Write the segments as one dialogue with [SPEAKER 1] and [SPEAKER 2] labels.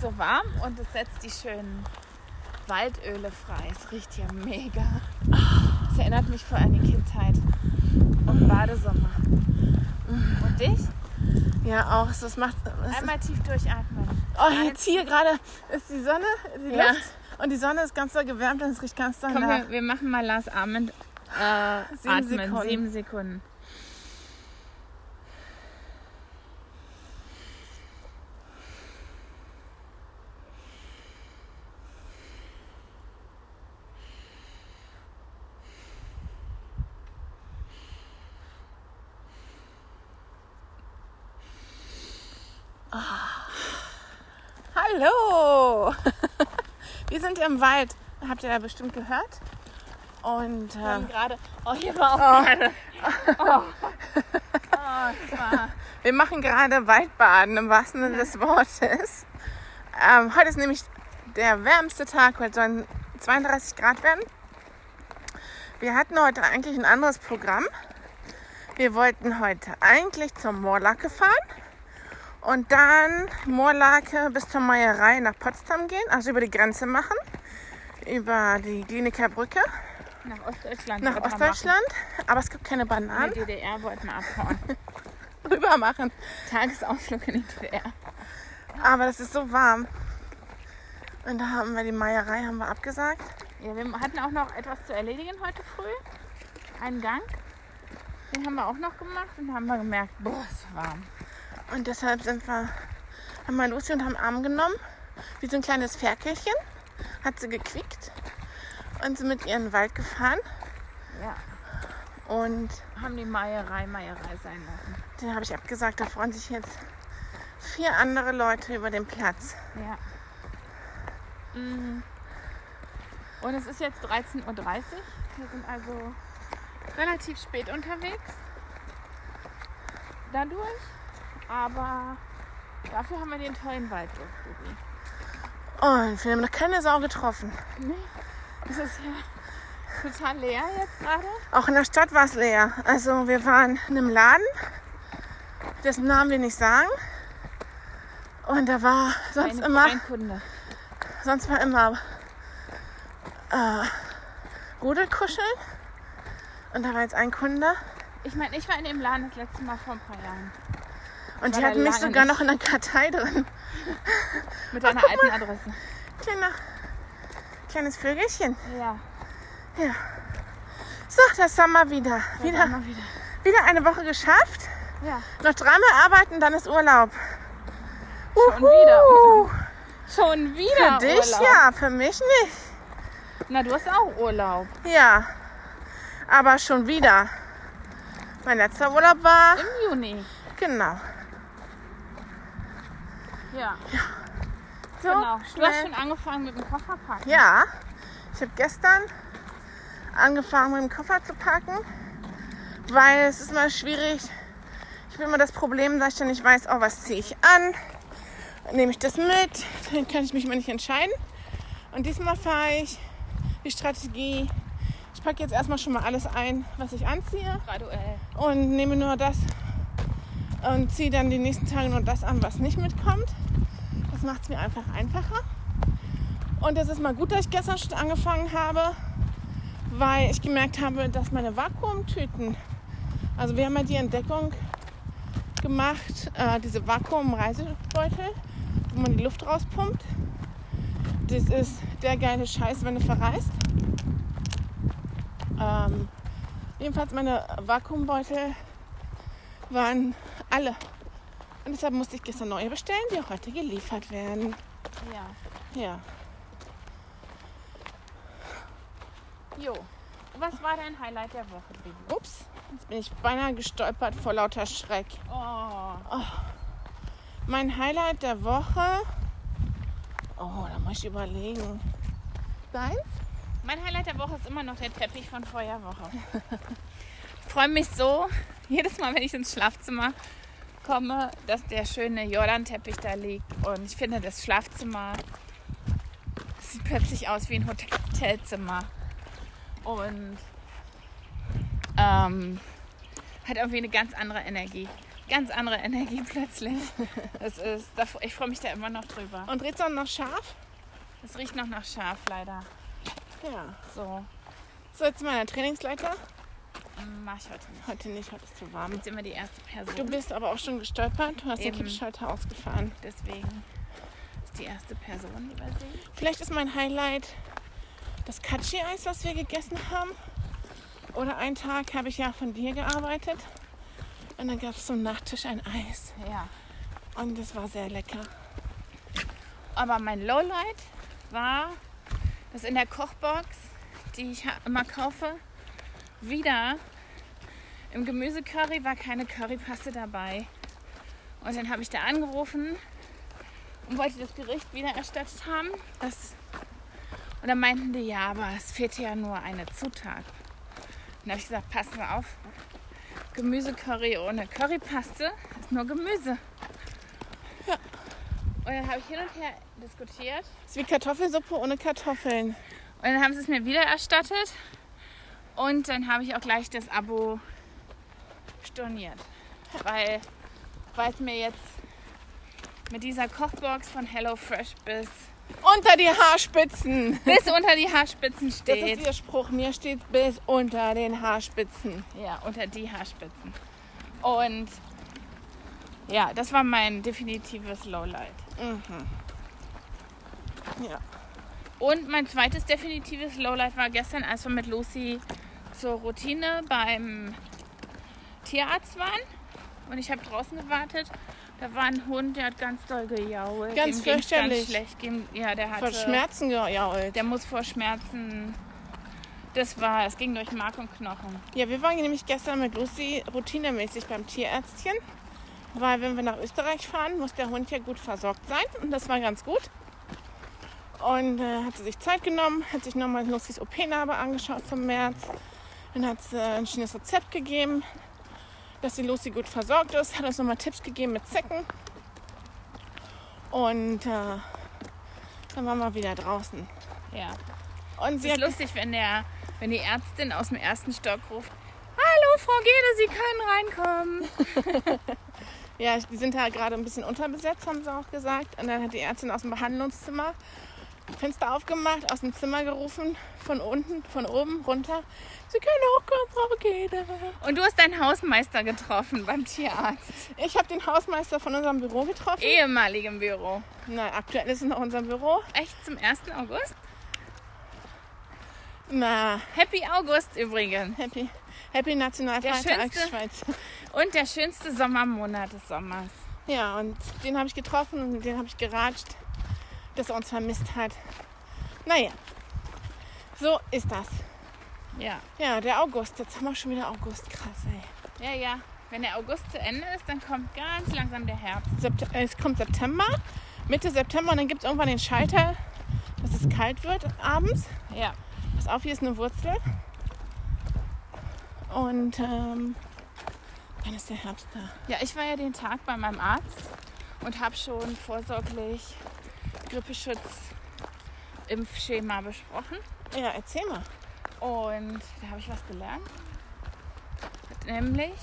[SPEAKER 1] so warm und es setzt die schönen Waldöle frei. Es riecht hier mega. Es erinnert mich voll an die Kindheit und Badesommer. Und dich?
[SPEAKER 2] Ja, auch. So, es macht. Es
[SPEAKER 1] Einmal tief durchatmen.
[SPEAKER 2] oh, jetzt hier gerade ist die Sonne, die
[SPEAKER 1] Ja.
[SPEAKER 2] Luft. Und die Sonne ist ganz doll gewärmt und es riecht ganz doll
[SPEAKER 1] Komm,
[SPEAKER 2] nach.
[SPEAKER 1] wir, wir machen mal Lars Armand äh,
[SPEAKER 2] Sieben
[SPEAKER 1] atmen.
[SPEAKER 2] Sekunden.
[SPEAKER 1] Sieben Sekunden.
[SPEAKER 2] Hallo! wir sind im Wald. Habt ihr ja bestimmt gehört. Und
[SPEAKER 1] Wir
[SPEAKER 2] äh,
[SPEAKER 1] haben gerade. Oh, hier war
[SPEAKER 2] Ah.
[SPEAKER 1] auch gerade. Oh. Oh, war.
[SPEAKER 2] wir machen gerade Waldbaden im wahrsten Sinne des Wortes. Ähm, heute ist nämlich der wärmste Tag. Heute sollen 32 Grad werden. Wir hatten heute eigentlich ein anderes Programm. Wir wollten heute eigentlich zur Moorlake fahren und dann Moorlake bis zur Meierei nach Potsdam gehen, also über die Grenze machen, über die Kliniker Brücke
[SPEAKER 1] Nach Ostdeutschland.
[SPEAKER 2] nach
[SPEAKER 1] wollten wir
[SPEAKER 2] Ostdeutschland. Aber es gibt keine
[SPEAKER 1] Machen. In
[SPEAKER 2] Bananen.
[SPEAKER 1] die DDR wollten wir abhauen.
[SPEAKER 2] Rüber machen.
[SPEAKER 1] Tagesausflug in die DDR.
[SPEAKER 2] Aber das ist so warm. Und da haben wir die Meierei haben wir abgesagt.
[SPEAKER 1] Ja, wir hatten auch noch etwas zu erledigen heute früh. Einen Gang. Den haben wir auch noch gemacht und haben wir gemerkt, boah, ist warm.
[SPEAKER 2] Und deshalb sind wir, haben wir Lucy und haben Arm genommen. Wie so ein kleines Ferkelchen. Hat sie gequickt. Und sind mit ihr in den Wald gefahren.
[SPEAKER 1] Ja.
[SPEAKER 2] Und
[SPEAKER 1] Haben die Meierei Meierei sein lassen.
[SPEAKER 2] den habe ich abgesagt. Da freuen sich jetzt vier andere Leute über den Platz.
[SPEAKER 1] Ja. Mhm. Und es ist jetzt 13.30 Uhr. Wir sind also relativ spät unterwegs. Dadurch. Aber dafür haben wir den tollen Wald durchgeführt.
[SPEAKER 2] Und wir haben noch keine Sau getroffen.
[SPEAKER 1] Nee, es ist ja total leer jetzt gerade.
[SPEAKER 2] Auch in der Stadt war es leer. Also wir waren in einem Laden, dessen Namen wir nicht sagen. Und da war sonst
[SPEAKER 1] Keine-
[SPEAKER 2] immer,
[SPEAKER 1] Kein Kunde.
[SPEAKER 2] sonst war immer äh, Rudelkuscheln. Und da war jetzt ein Kunde.
[SPEAKER 1] Ich meine, ich war in dem Laden das letzte Mal vor ein paar Jahren.
[SPEAKER 2] Und
[SPEAKER 1] War
[SPEAKER 2] die
[SPEAKER 1] da
[SPEAKER 2] hatten mich
[SPEAKER 1] lange
[SPEAKER 2] sogar
[SPEAKER 1] nicht.
[SPEAKER 2] noch in der Kartei drin.
[SPEAKER 1] Mit deiner alten Adresse.
[SPEAKER 2] Kleiner, kleines Vögelchen.
[SPEAKER 1] Ja,
[SPEAKER 2] So, das haben wir wieder.
[SPEAKER 1] da waren
[SPEAKER 2] Wieder,
[SPEAKER 1] wir wieder.
[SPEAKER 2] wieder eine Woche geschafft.
[SPEAKER 1] Ja,
[SPEAKER 2] Noch dreimal arbeiten, dann ist Urlaub.
[SPEAKER 1] Schon wieder
[SPEAKER 2] Uhu.
[SPEAKER 1] schon wieder
[SPEAKER 2] Für dich
[SPEAKER 1] Urlaub.
[SPEAKER 2] ja, für mich nicht.
[SPEAKER 1] Na, du hast auch Urlaub.
[SPEAKER 2] Ja, aber schon wieder. Mein letzter Urlaub war,
[SPEAKER 1] Im Juni.
[SPEAKER 2] genau.
[SPEAKER 1] Ja,
[SPEAKER 2] So
[SPEAKER 1] genau. Du hast
[SPEAKER 2] schnell.
[SPEAKER 1] schon angefangen mit dem Kofferpacken.
[SPEAKER 2] Ja, ich habe gestern angefangen, mit dem Koffer zu packen, weil es ist mal schwierig. Ich habe immer das Problem, dass ich dann nicht weiß, oh, was ziehe ich an? Nehme ich das mit? Dann kann ich mich mal nicht entscheiden. Und diesmal fahre ich die Strategie. Ich packe jetzt erstmal schon mal alles ein, was ich anziehe.
[SPEAKER 1] Graduell.
[SPEAKER 2] und nehme nur das und ziehe dann die nächsten Tage nur das an, was nicht mitkommt. Das macht es mir einfach einfacher. Und es ist mal gut, dass ich gestern schon angefangen habe, weil ich gemerkt habe, dass meine Vakuumtüten, also wir haben ja die Entdeckung gemacht, äh, diese Vakuum-Reisebeutel, wo man die Luft rauspumpt. Das ist der geile Scheiß, wenn du verreist. Ähm, Jedenfalls meine Vakuumbeutel waren alle. Und deshalb musste ich gestern neue bestellen, die auch heute geliefert werden.
[SPEAKER 1] Ja.
[SPEAKER 2] Ja.
[SPEAKER 1] Jo. Was war dein Highlight der Woche, Bibi?
[SPEAKER 2] Ups, jetzt bin ich beinahe gestolpert vor lauter Schreck.
[SPEAKER 1] Oh,
[SPEAKER 2] Mein Highlight der Woche. Oh, da muss ich überlegen. Deins?
[SPEAKER 1] Mein Highlight der Woche ist immer noch der Teppich von Feuerwoche. Ich freue mich so, jedes Mal, wenn ich ins Schlafzimmer komme, dass der schöne Jordan-Teppich da liegt. Und ich finde, das Schlafzimmer sieht plötzlich aus wie ein Hotel- Hotelzimmer. Und ähm, hat irgendwie eine ganz andere Energie. ganz andere Energie plötzlich. Es ist, da- ich freue mich da immer noch drüber.
[SPEAKER 2] Und dreht dann noch scharf?
[SPEAKER 1] Es riecht noch nach Schaf leider.
[SPEAKER 2] Ja.
[SPEAKER 1] So,
[SPEAKER 2] So, jetzt zu meiner Trainingsleiter.
[SPEAKER 1] mach ich heute nicht.
[SPEAKER 2] Heute nicht, heute ist zu warm.
[SPEAKER 1] Jetzt immer die erste Person.
[SPEAKER 2] Du bist aber auch schon gestolpert. Du hast
[SPEAKER 1] Eben.
[SPEAKER 2] den Kippschalter ausgefahren.
[SPEAKER 1] Deswegen ist die erste Person übersehen.
[SPEAKER 2] Vielleicht ist mein Highlight das Katschi-Eis, was wir gegessen haben. Oder einen Tag habe ich ja von dir gearbeitet. Und dann gab es zum Nachtisch ein Eis.
[SPEAKER 1] Ja.
[SPEAKER 2] Und das war sehr lecker.
[SPEAKER 1] Aber mein Lowlight war, dass in der Kochbox, die ich ha- immer kaufe, wieder im Gemüsecurry war keine Currypaste dabei. Und dann habe ich da angerufen und wollte das Gericht wieder erstattet haben. Das und dann meinten die, ja, aber es fehlt ja nur eine Zutat. Dann habe ich gesagt, passen Sie auf, Gemüsecurry ohne Currypaste ist nur Gemüse. Und dann habe ich hin und her diskutiert
[SPEAKER 2] ist wie Kartoffelsuppe ohne Kartoffeln.
[SPEAKER 1] Und dann haben sie es mir wieder erstattet. Und dann habe ich auch gleich das Abo storniert. Weil, weil es mir jetzt mit dieser Kochbox von HelloFresh bis,
[SPEAKER 2] Unter die Haarspitzen.
[SPEAKER 1] bis unter die Haarspitzen
[SPEAKER 2] Das ist
[SPEAKER 1] steht.
[SPEAKER 2] der Spruch. Mir steht bis unter den Haarspitzen.
[SPEAKER 1] Ja, unter die Haarspitzen. Und ja, das war mein definitives Lowlight.
[SPEAKER 2] Mhm. Ja.
[SPEAKER 1] Und mein zweites definitives Lowlight war gestern, als wir mit Lucy zur Routine beim Tierarzt waren. Und ich habe draußen gewartet. Da war ein Hund, der hat ganz doll gejault.
[SPEAKER 2] Ganz
[SPEAKER 1] Dem ging's
[SPEAKER 2] fürchterlich.
[SPEAKER 1] Ganz schlecht. Ihm- Ja, der hatte,
[SPEAKER 2] Vor Schmerzen gejault.
[SPEAKER 1] Der muss vor Schmerzen. Das war, es ging durch Mark und Knochen.
[SPEAKER 2] Ja, wir waren nämlich gestern mit Lucy routinemäßig beim Tierärztchen, weil wenn wir nach Österreich fahren, muss der Hund ja gut versorgt sein und das war ganz gut. Und äh, hat sie sich Zeit genommen, hat sich nochmal Lucys OP-Narbe angeschaut vom März, dann hat sie ein schönes Rezept gegeben, dass die Lucy gut versorgt ist, hat uns nochmal Tipps gegeben mit Zecken und äh, dann waren wir wieder draußen.
[SPEAKER 1] Ja.
[SPEAKER 2] Und
[SPEAKER 1] Es
[SPEAKER 2] sie
[SPEAKER 1] ist
[SPEAKER 2] hat
[SPEAKER 1] lustig, wenn, der, wenn die Ärztin aus dem ersten Stock ruft: Hallo, Frau Gede, Sie können reinkommen.
[SPEAKER 2] Ja, die sind da gerade ein bisschen unterbesetzt, haben sie auch gesagt. Und dann hat die Ärztin aus dem Behandlungszimmer Fenster aufgemacht, aus dem Zimmer gerufen, von unten, von oben, runter. Sie können hochkommen, Frau Gede.
[SPEAKER 1] Und du hast deinen Hausmeister getroffen beim Tierarzt.
[SPEAKER 2] Ich habe den Hausmeister von unserem Büro getroffen.
[SPEAKER 1] Eh. Ehemaligem Büro.
[SPEAKER 2] Na, aktuell ist es noch unser Büro.
[SPEAKER 1] Echt zum 1. August?
[SPEAKER 2] Na,
[SPEAKER 1] Happy August übrigens.
[SPEAKER 2] happy, happy Nationalfeiertag
[SPEAKER 1] schönste-
[SPEAKER 2] Schweiz.
[SPEAKER 1] Und der schönste Sommermonat des Sommers.
[SPEAKER 2] Ja, und den habe ich getroffen und den habe ich geratscht, dass er uns vermisst hat. Naja, so ist das.
[SPEAKER 1] Ja.
[SPEAKER 2] Ja, der August. Jetzt haben wir schon wieder August. Krass, ey.
[SPEAKER 1] Ja, ja. Wenn der August zu Ende ist, dann kommt ganz langsam der Herbst.
[SPEAKER 2] Sept äh, es kommt September, Mitte September und dann gibt es irgendwann den Schalter, dass es kalt wird abends.
[SPEAKER 1] Ja.
[SPEAKER 2] Pass auf, hier ist eine Wurzel. Und ähm, dann ist der Herbst da.
[SPEAKER 1] Ja, ich war ja den Tag bei meinem Arzt und habe schon vorsorglich Grippeschutz-Impfschema besprochen.
[SPEAKER 2] Ja, erzähl mal.
[SPEAKER 1] Und da habe ich was gelernt. Nämlich,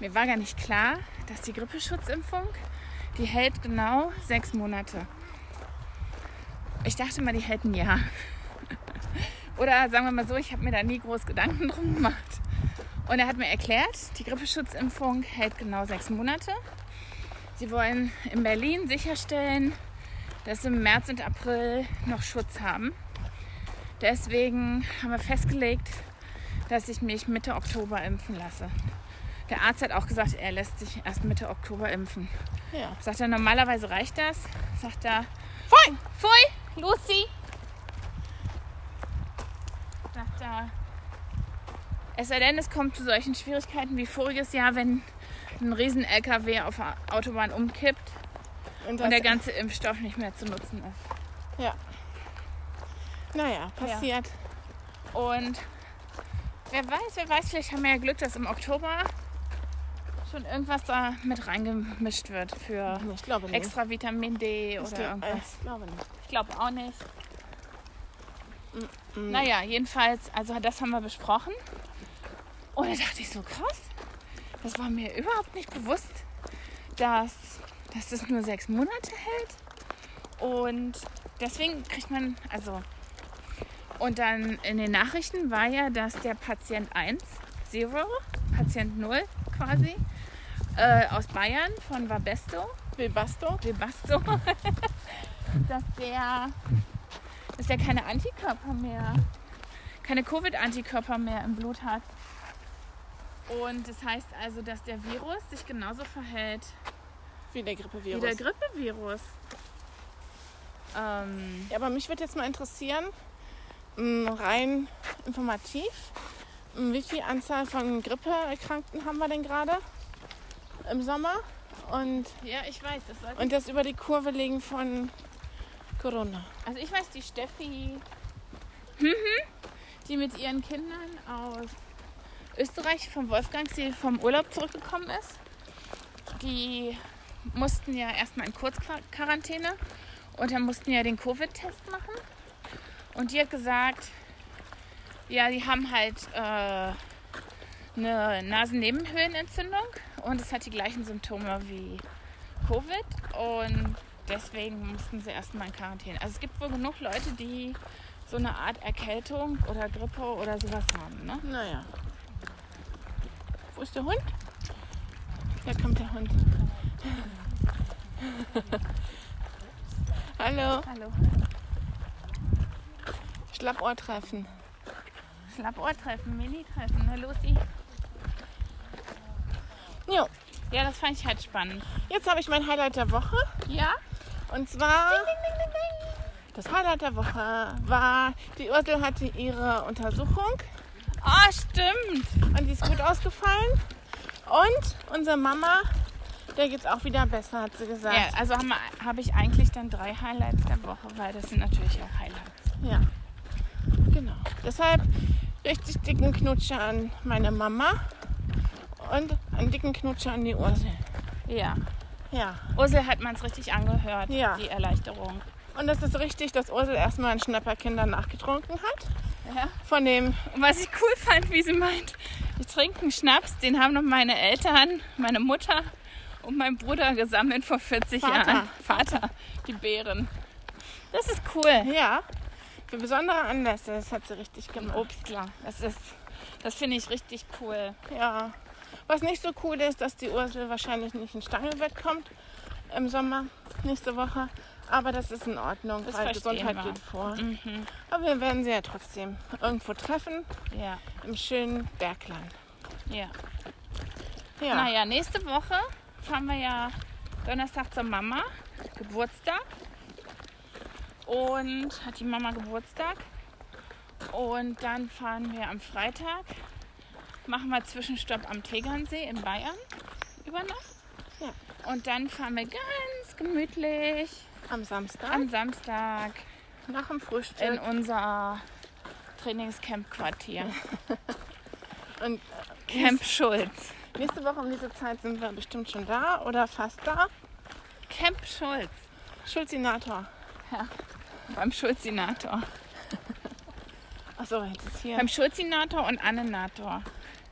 [SPEAKER 1] mir war gar nicht klar, dass die Grippeschutzimpfung, die hält genau sechs Monate. Ich dachte mal, die hält ein Jahr. Oder sagen wir mal so, ich habe mir da nie groß Gedanken drum gemacht. Und er hat mir erklärt, die Grippeschutzimpfung hält genau sechs Monate. Sie wollen in Berlin sicherstellen, dass sie im März und April noch Schutz haben. Deswegen haben wir festgelegt, dass ich mich Mitte Oktober impfen lasse. Der Arzt hat auch gesagt, er lässt sich erst Mitte Oktober impfen.
[SPEAKER 2] Ja.
[SPEAKER 1] Sagt er, normalerweise reicht das. Sagt er,
[SPEAKER 2] Voll!
[SPEAKER 1] Pfui, Lucy. Sagt er, es sei denn, es kommt zu solchen Schwierigkeiten wie voriges Jahr, wenn ein Riesen-LKW auf der Autobahn umkippt
[SPEAKER 2] das-
[SPEAKER 1] und der ganze Impfstoff nicht mehr zu nutzen ist.
[SPEAKER 2] Naja, passiert.
[SPEAKER 1] Und wer weiß, wer weiß, vielleicht haben wir ja Glück, dass im Oktober schon irgendwas da mit reingemischt wird für
[SPEAKER 2] Nee, Ich glaube nicht.
[SPEAKER 1] extra Vitamin D
[SPEAKER 2] ich,
[SPEAKER 1] oder
[SPEAKER 2] glaub,
[SPEAKER 1] irgendwas.
[SPEAKER 2] ich glaube nicht.
[SPEAKER 1] Ich glaube auch nicht. Oh, Naja, jedenfalls, also das haben wir besprochen. Und da dachte ich so, krass, Das war mir überhaupt nicht bewusst, dass, dass das nur sechs Monate hält. Und deswegen kriegt man, also, und dann in den Nachrichten war ja, dass der Patient 1, Zero, Patient 0 quasi, äh, aus Bayern von Vabesto,
[SPEAKER 2] Bilbasto?
[SPEAKER 1] Webasto, dass der, dass der keine Antikörper mehr, keine Covid-Antikörper mehr im Blut hat. Und das heißt also, dass der Virus sich genauso verhält
[SPEAKER 2] Wie der Grippevirus.
[SPEAKER 1] wie der Grippevirus. Ähm,
[SPEAKER 2] Ja, aber mich würde jetzt mal interessieren, m, rein informativ, m, wie viel Anzahl von Grippeerkrankten haben wir denn gerade im Sommer? Und,
[SPEAKER 1] ja, ich weiß, das sollte
[SPEAKER 2] und das über die Kurve legen von Corona.
[SPEAKER 1] Also ich weiß, die Steffi, die mit ihren Kindern aus Österreich vom Wolfgangsee vom Urlaub zurückgekommen ist, die mussten ja erstmal in Kurzquarantäne und dann mussten ja den Covid-Test machen. Und die hat gesagt, ja, die haben halt äh, eine Nasennebenhöhlenentzündung und es hat die gleichen Symptome wie Covid und deswegen mussten sie erstmal in Quarantäne. Also es gibt wohl genug Leute, die so eine Art Erkältung oder Grippe oder sowas haben. Ne?
[SPEAKER 2] Naja. Wo ist der Hund? Da kommt der Hund. Hallo,
[SPEAKER 1] Hallo.
[SPEAKER 2] Schlappohrtreffen.
[SPEAKER 1] Schlappohrtreffen, Mini-Treffen, ne Lucy?
[SPEAKER 2] Jo,
[SPEAKER 1] Ja, das fand ich halt spannend.
[SPEAKER 2] jetzt habe ich mein Highlight der Woche.
[SPEAKER 1] Ja?
[SPEAKER 2] Und zwar. Das Highlight der Woche war, die Ursel hatte ihre Untersuchung
[SPEAKER 1] Ah, stimmt.
[SPEAKER 2] und die ist gut ausgefallen. Und unsere Mama, der geht's auch wieder besser, hat sie
[SPEAKER 1] Ja,
[SPEAKER 2] gesagt.
[SPEAKER 1] also habe hab ich eigentlich dann drei Highlights der Woche, weil das sind natürlich auch Highlights.
[SPEAKER 2] Ja. Genau. Deshalb richtig dicken Knutscher an meine Mama und einen dicken Knutscher an die Ursel.
[SPEAKER 1] Ja.
[SPEAKER 2] Ja.
[SPEAKER 1] Ursel hat man es richtig angehört,
[SPEAKER 2] Ja.
[SPEAKER 1] die Erleichterung.
[SPEAKER 2] Und es ist richtig, dass Ursel erstmal einen Schnapperkinder nachgetrunken hat.
[SPEAKER 1] Ja.
[SPEAKER 2] Von dem,
[SPEAKER 1] Und was ich cool fand, wie sie meint, wir trinken Schnaps, den haben noch meine Eltern, meine Mutter und mein Bruder gesammelt vor 40
[SPEAKER 2] Vater.
[SPEAKER 1] Jahren. Vater, die Beeren. Das ist cool.
[SPEAKER 2] ja, für besondere Anlässe, das hat sie richtig gemacht.
[SPEAKER 1] Obstler, das ist, das finde ich richtig cool.
[SPEAKER 2] Ja. Was nicht so cool ist, dass die Ursel wahrscheinlich nicht in Stangelbett kommt im Sommer nächste Woche. Aber das ist in Ordnung,
[SPEAKER 1] Das
[SPEAKER 2] weil
[SPEAKER 1] verstehen
[SPEAKER 2] Gesundheit
[SPEAKER 1] wir. Mhm.
[SPEAKER 2] geht vor. Aber wir werden sie ja trotzdem irgendwo treffen
[SPEAKER 1] Ja,
[SPEAKER 2] im schönen Bergland.
[SPEAKER 1] ja.
[SPEAKER 2] Ja,
[SPEAKER 1] Naja, nächste Woche fahren wir ja Donnerstag zur Mama, Geburtstag. Und hat die Mama Geburtstag. Und dann fahren wir am Freitag, machen wir Zwischenstopp am Tegernsee in Bayern über Nacht.
[SPEAKER 2] Ja.
[SPEAKER 1] Und dann fahren wir ganz gemütlich
[SPEAKER 2] am Samstag
[SPEAKER 1] am Samstag
[SPEAKER 2] nach dem Frühstück.
[SPEAKER 1] in unser Trainingscamp-Quartier.
[SPEAKER 2] Und
[SPEAKER 1] Camp Schulz.
[SPEAKER 2] nächste Woche um diese Zeit sind wir bestimmt schon da oder fast da.
[SPEAKER 1] Camp Schulz.
[SPEAKER 2] Schulzinator.
[SPEAKER 1] Beim Schulzinator.
[SPEAKER 2] Achso, jetzt ist hier.
[SPEAKER 1] Beim Schulzinator und Annenator.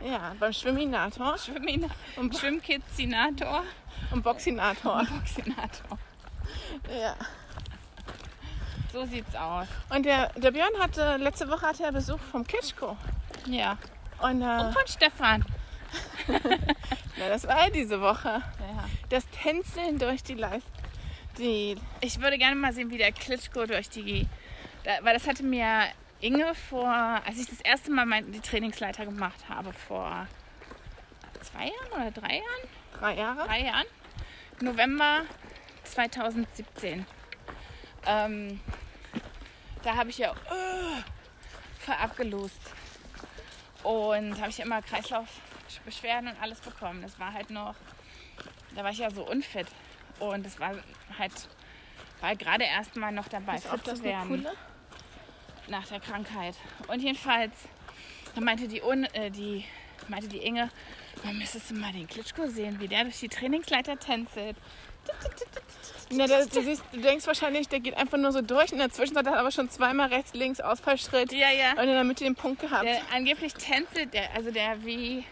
[SPEAKER 2] ja, beim Schwimminator
[SPEAKER 1] Schwimmin und Schwimmkids-Senator.
[SPEAKER 2] und Boxinator.
[SPEAKER 1] Senator.
[SPEAKER 2] ja.
[SPEAKER 1] So sieht's aus.
[SPEAKER 2] Und der, der Björn hatte, letzte Woche hatte er Besuch vom Kitschko.
[SPEAKER 1] Ja.
[SPEAKER 2] Und äh,
[SPEAKER 1] Und von Stefan.
[SPEAKER 2] na, das war ja diese Woche. Das Tänzeln durch die Live. Die,
[SPEAKER 1] Ich würde gerne mal sehen, wie der Klitschko durch die. Da, weil das hatte mir Inge vor, als ich das erste Mal mein, die Trainingsleiter gemacht habe, vor zwei Jahren oder drei Jahren?
[SPEAKER 2] drei Jahre.
[SPEAKER 1] Drei Jahren. November 2017. Ähm, da habe ich ja äh, verabgelost. Und habe ich ja immer Kreislaufbeschwerden und alles bekommen. Das war halt noch, da war ich ja so unfit. Und das war halt, war gerade erst mal noch dabei,
[SPEAKER 2] Ist auch
[SPEAKER 1] fit
[SPEAKER 2] das
[SPEAKER 1] zu
[SPEAKER 2] eine
[SPEAKER 1] werden
[SPEAKER 2] coole?
[SPEAKER 1] nach der Krankheit. Und jedenfalls, da meinte die, Un, äh, die, meinte die Inge, man müsstest du mal den Klitschko sehen, wie der durch die Trainingsleiter tänzelt.
[SPEAKER 2] Na, da, du, siehst, du denkst wahrscheinlich, der geht einfach nur so durch. In der Zwischenzeit hat er aber schon zweimal rechts, links Ausfallschritt.
[SPEAKER 1] Ja, ja.
[SPEAKER 2] Und in der Mitte den Punkt gehabt.
[SPEAKER 1] Der, angeblich tänzelt der, also der wie,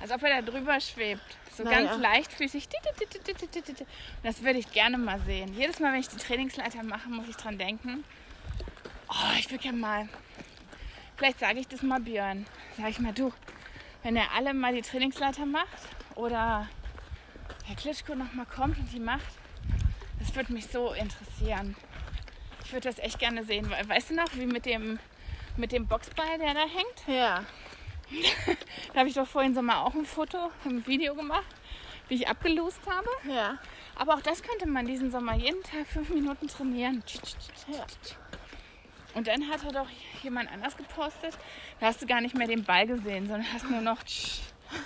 [SPEAKER 1] Als ob er da drüber schwebt. So
[SPEAKER 2] Naja.
[SPEAKER 1] ganz leichtfüßig. Tit, tit, tit, tit, tit, tit, tit. Und Das würde ich gerne mal sehen. Jedes Mal, wenn ich die Trainingsleiter mache, muss ich dran denken. Oh, ich will gerne mal. Vielleicht sage ich das mal Björn. Sage ich mal, du, wenn er alle mal die Trainingsleiter macht oder Herr Klitschko nochmal kommt und die macht, das würde mich so interessieren. Ich würde das echt gerne sehen, weil weißt du noch, wie mit dem, mit dem Boxball, der da hängt?
[SPEAKER 2] Ja.
[SPEAKER 1] Da habe ich doch vorhin so mal auch ein Foto, ein Video gemacht, wie ich abgelost habe.
[SPEAKER 2] Ja.
[SPEAKER 1] Aber auch das könnte man diesen Sommer jeden Tag fünf Minuten trainieren.
[SPEAKER 2] Ja.
[SPEAKER 1] Und dann hat er doch jemand anders gepostet. Da hast du gar nicht mehr den Ball gesehen, sondern hast nur noch.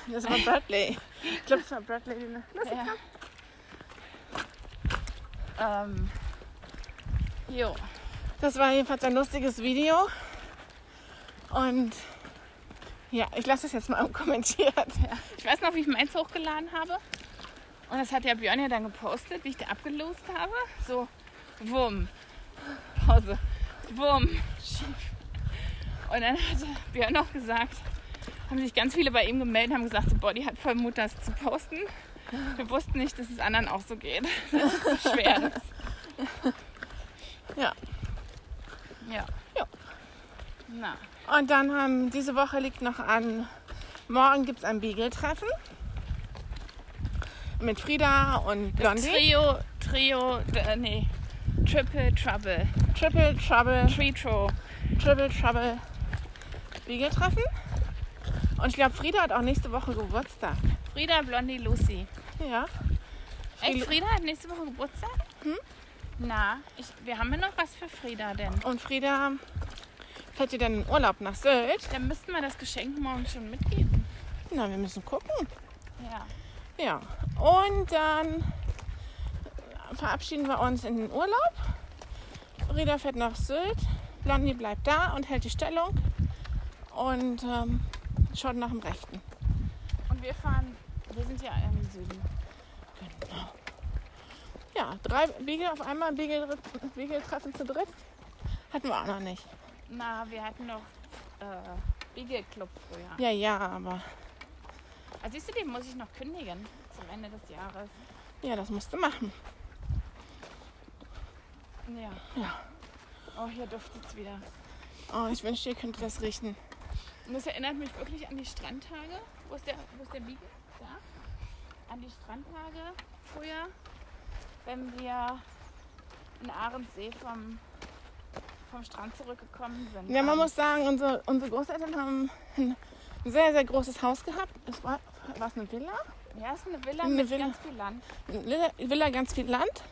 [SPEAKER 2] Das war Bradley. Ich glaube, das war Bradley. die- Das
[SPEAKER 1] Ja. Ähm, jo.
[SPEAKER 2] Das war jedenfalls ein lustiges Video. Und ja, ich lasse es jetzt mal unkommentiert.
[SPEAKER 1] Ich weiß noch, wie ich meins hochgeladen habe. Und das hat ja Björn ja dann gepostet, wie ich da abgelost habe. So, wumm. Pause. Wumm. Schief. Und dann hat Björn noch gesagt, haben sich ganz viele bei ihm gemeldet, haben gesagt, so, boah, die hat voll Mut, das zu posten. Wir wussten nicht, dass es anderen auch so geht. Das ist so schwer. Das.
[SPEAKER 2] Ja.
[SPEAKER 1] Ja.
[SPEAKER 2] Ja.
[SPEAKER 1] Na,
[SPEAKER 2] Und dann haben, diese Woche liegt noch an, morgen gibt es ein Beagle-Treffen. Mit Frieda und Blondie.
[SPEAKER 1] Trio, Trio, äh, nee, Triple Trouble.
[SPEAKER 2] Triple Trouble,
[SPEAKER 1] Tritro.
[SPEAKER 2] Triple Trouble Beagle-Treffen. Und ich glaube, Frieda hat auch nächste Woche Geburtstag.
[SPEAKER 1] Frieda, Blondie, Lucy.
[SPEAKER 2] Ja.
[SPEAKER 1] Echt,
[SPEAKER 2] Frieda-
[SPEAKER 1] Frieda hat nächste Woche Geburtstag? Na, ich, wir haben ja noch was für Frieda denn.
[SPEAKER 2] Und Frieda fährt ihr dann in Urlaub nach Sylt?
[SPEAKER 1] Dann müssten wir das Geschenk morgen schon mitgeben.
[SPEAKER 2] Na, wir müssen gucken.
[SPEAKER 1] Ja.
[SPEAKER 2] Ja, und dann verabschieden wir uns in den Urlaub. Rita fährt nach Sylt, Blondie bleibt da und hält die Stellung und ähm, schaut nach dem Rechten.
[SPEAKER 1] Und wir fahren, wir sind ja im Süden.
[SPEAKER 2] Ja, drei Biegel auf einmal, Biegel, Biegeltreffen zu dritt, hatten wir auch noch nicht.
[SPEAKER 1] Na, wir hatten noch äh, Beagle Club früher.
[SPEAKER 2] Ja, ja, aber
[SPEAKER 1] Also siehst du, den muss ich noch kündigen zum Ende des Jahres.
[SPEAKER 2] ja, das musst du machen.
[SPEAKER 1] Ja.
[SPEAKER 2] Ja.
[SPEAKER 1] Oh, hier duftet es wieder.
[SPEAKER 2] Oh, ich wünschte, ihr könntet das riechen.
[SPEAKER 1] Und das erinnert mich wirklich an die Strandtage. Wo ist der, wo ist der Beagle? Da. An die Strandtage früher, wenn wir in Ahrensee vom, vom Strand zurückgekommen sind. Ähm,
[SPEAKER 2] Ja, man muss
[SPEAKER 1] Abends.
[SPEAKER 2] sagen, unsere, unsere Großeltern haben ein sehr, sehr großes Haus gehabt. Es war, war es eine Villa?
[SPEAKER 1] Ja, es ist eine Villa
[SPEAKER 2] Eine
[SPEAKER 1] mit
[SPEAKER 2] Villa.
[SPEAKER 1] ganz viel Land.
[SPEAKER 2] Lilla- Villa ganz viel Land.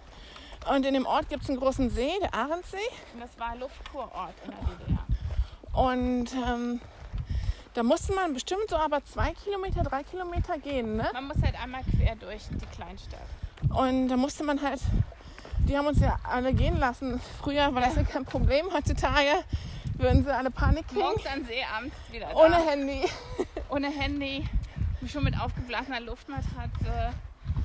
[SPEAKER 2] Und in dem Ort gibt es einen großen See, der Ahrensee.
[SPEAKER 1] Und das war Luftkurort in der DDR.
[SPEAKER 2] Und ähm, da musste man bestimmt so aber zwei Kilometer, drei Kilometer gehen. Ne?
[SPEAKER 1] Man muss halt einmal quer durch die Kleinstadt.
[SPEAKER 2] Und da musste man halt, die haben uns ja alle gehen lassen. Früher war das ja kein Problem. Heutzutage würden sie alle Panik kriegen.
[SPEAKER 1] Morgens an See, abends wieder da.
[SPEAKER 2] Ohne Handy.
[SPEAKER 1] ohne Handy, schon mit aufgeblasener Luftmatratze.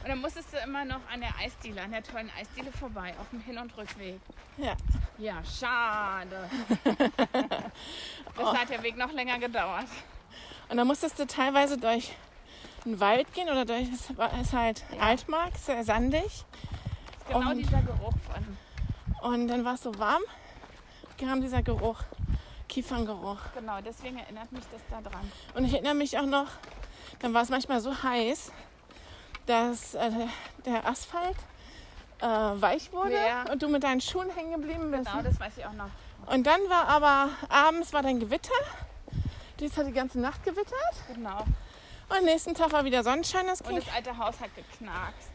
[SPEAKER 1] Und dann musstest du immer noch an der Eisdiele, an der tollen Eisdiele vorbei, auf dem Hin- und Rückweg.
[SPEAKER 2] Ja.
[SPEAKER 1] Ja, schade. das
[SPEAKER 2] Oh.
[SPEAKER 1] hat der Weg noch länger gedauert.
[SPEAKER 2] Und da musstest du teilweise durch einen Wald gehen oder durch, es war- ist halt Altmark, sehr sandig.
[SPEAKER 1] Das ist genau
[SPEAKER 2] Und-
[SPEAKER 1] dieser Geruch von,
[SPEAKER 2] Und dann war es so warm, kam dieser Geruch, Kieferngeruch.
[SPEAKER 1] genau, deswegen erinnert mich das da dran.
[SPEAKER 2] Und ich erinnere mich auch noch, dann war es manchmal so heiß, dass äh, der Asphalt äh, weich wurde
[SPEAKER 1] Ja.
[SPEAKER 2] und du mit deinen Schuhen hängen geblieben bist.
[SPEAKER 1] Genau, das weiß ich auch noch.
[SPEAKER 2] Und dann war aber abends war dann Gewitter. Dies hat die ganze Nacht gewittert.
[SPEAKER 1] Genau.
[SPEAKER 2] Und nächsten Tag war wieder Sonnenschein. Das
[SPEAKER 1] Und
[SPEAKER 2] ging.
[SPEAKER 1] das alte Haus hat geknarkst.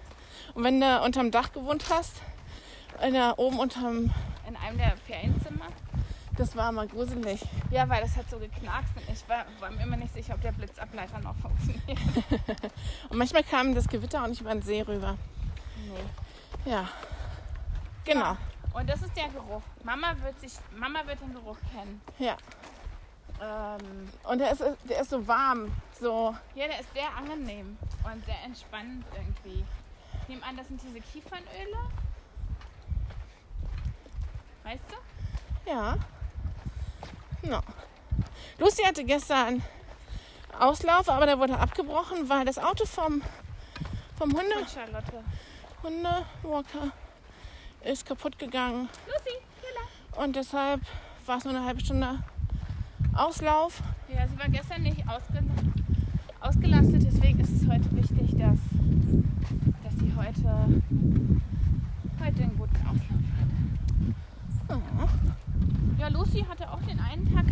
[SPEAKER 2] Und wenn du unterm Dach gewohnt hast, in der, oben unterm,
[SPEAKER 1] In einem der Ferienzimmer.
[SPEAKER 2] das war mal gruselig.
[SPEAKER 1] Ja, weil das hat so geknarkst und ich war, war mir immer nicht sicher, ob der Blitzableiter noch funktioniert.
[SPEAKER 2] Und manchmal kam das Gewitter auch nicht über den See rüber.
[SPEAKER 1] Nee.
[SPEAKER 2] Ja. Genau.
[SPEAKER 1] Und das ist der Geruch. Mama wird sich, Mama wird den Geruch kennen.
[SPEAKER 2] Ja.
[SPEAKER 1] Ähm,
[SPEAKER 2] Und der ist, der ist so warm. So.
[SPEAKER 1] ja, der ist sehr angenehm und sehr entspannend irgendwie. Ich nehme an, das sind diese Kiefernöle. Weißt du?
[SPEAKER 2] Ja. No. Lucy hatte gestern Auslauf, aber der wurde abgebrochen, weil das Auto vom, vom Hunde,
[SPEAKER 1] Mit Charlotte.
[SPEAKER 2] Hundewalker ist kaputt gegangen.
[SPEAKER 1] Lucy, Killer.
[SPEAKER 2] Und deshalb war es nur eine halbe Stunde Auslauf.
[SPEAKER 1] Ja, sie war gestern nicht ausge ausgelastet, deswegen ist es heute wichtig, dass, dass sie heute, heute einen guten Auflauf
[SPEAKER 2] Ja.
[SPEAKER 1] hat. Ja, Lucy hatte auch den einen Tag,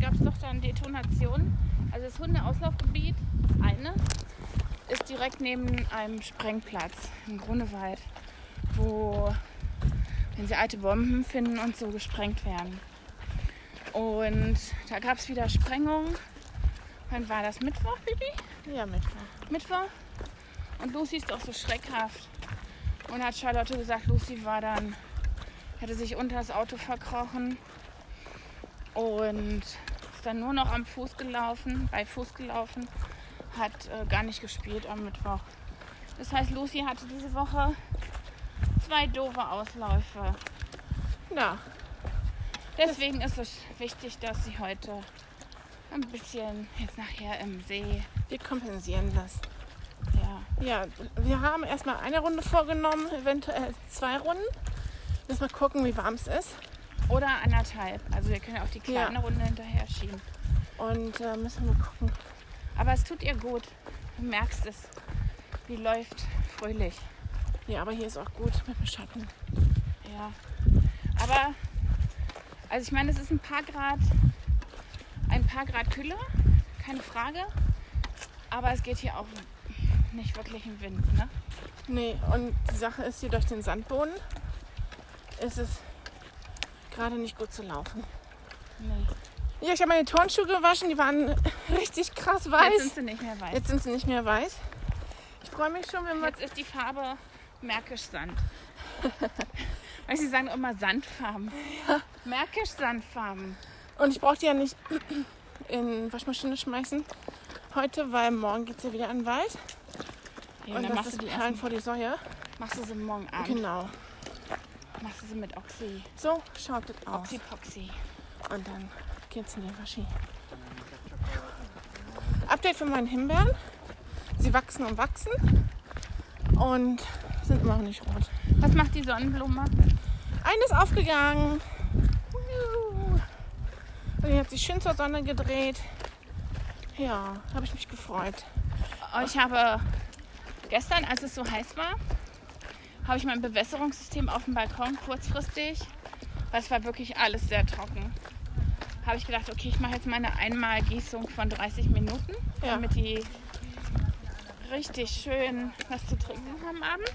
[SPEAKER 1] gab es doch dann Detonationen. Also das Hundeauslaufgebiet, das eine, ist direkt neben einem Sprengplatz im Grunewald, wo, wenn sie alte Bomben finden und so, gesprengt werden. Und da gab es wieder Sprengungen. Wann war das? Mittwoch, Bibi?
[SPEAKER 2] Ja, Mittwoch.
[SPEAKER 1] Mittwoch. Und Lucy ist auch so schreckhaft. Und hat Charlotte gesagt, Lucy war dann, hätte sich unter das Auto verkrochen und ist dann nur noch am Fuß gelaufen, bei Fuß gelaufen, hat äh, gar nicht gespielt am Mittwoch. Das heißt, Lucy hatte diese Woche zwei doofe Ausläufe.
[SPEAKER 2] Ja,
[SPEAKER 1] Deswegen ist es wichtig, dass sie heute ein bisschen jetzt nachher im See,
[SPEAKER 2] wir kompensieren das.
[SPEAKER 1] ja,
[SPEAKER 2] Ja, wir haben erstmal eine Runde vorgenommen, eventuell zwei Runden. Lass mal gucken, wie warm es ist.
[SPEAKER 1] Oder anderthalb. Also wir können auch die kleine
[SPEAKER 2] Ja.
[SPEAKER 1] Runde hinterher schieben.
[SPEAKER 2] Und äh, müssen wir gucken.
[SPEAKER 1] Aber es tut ihr gut. Du merkst es. Die läuft fröhlich.
[SPEAKER 2] Ja, aber hier ist auch gut mit dem Schatten.
[SPEAKER 1] Ja. Aber, also ich meine, es ist ein paar Grad, ein paar Grad kühler, keine Frage. Aber es geht hier auch nicht wirklich im Wind, ne?
[SPEAKER 2] Nee, und die Sache ist hier durch den Sandboden ist es gerade nicht gut zu laufen.
[SPEAKER 1] Nee.
[SPEAKER 2] Ja, ich habe meine Turnschuhe gewaschen, die waren richtig krass
[SPEAKER 1] Jetzt sind
[SPEAKER 2] weiß.
[SPEAKER 1] sie nicht mehr weiß.
[SPEAKER 2] Jetzt sind sie nicht mehr weiß. Ich freue mich schon, wenn wir...
[SPEAKER 1] Jetzt ist die Farbe Märkisch Sand. Weil sie sagen immer Sandfarben. Märkisch Sandfarben.
[SPEAKER 2] Und ich brauche die ja nicht in Waschmaschine schmeißen heute, weil morgen geht es ja wieder an den Wald.
[SPEAKER 1] Ja,
[SPEAKER 2] und
[SPEAKER 1] dann
[SPEAKER 2] das
[SPEAKER 1] machst du
[SPEAKER 2] ist
[SPEAKER 1] die
[SPEAKER 2] Perlen vor die Säue.
[SPEAKER 1] Machst du sie morgen Abend?
[SPEAKER 2] Genau.
[SPEAKER 1] Machst du sie mit Oxy,
[SPEAKER 2] So schaut es aus.
[SPEAKER 1] Oxypoxy.
[SPEAKER 2] Und dann geht's in die Waschi. Update von meinen Himbeeren. Sie wachsen und wachsen und sind immer noch nicht rot.
[SPEAKER 1] Was macht die Sonnenblume?
[SPEAKER 2] Eine ist aufgegangen. Juhu. Und die hat sich schön zur Sonne gedreht. Ja, habe ich mich gefreut.
[SPEAKER 1] Oh, Ich habe gestern, als es so heiß war, habe ich mein Bewässerungssystem auf dem Balkon kurzfristig, weil es war wirklich alles sehr trocken, habe ich gedacht, okay, ich mache jetzt meine Einmalgießung von 30 Minuten,
[SPEAKER 2] Ja.
[SPEAKER 1] damit die richtig schön was zu trinken haben abends.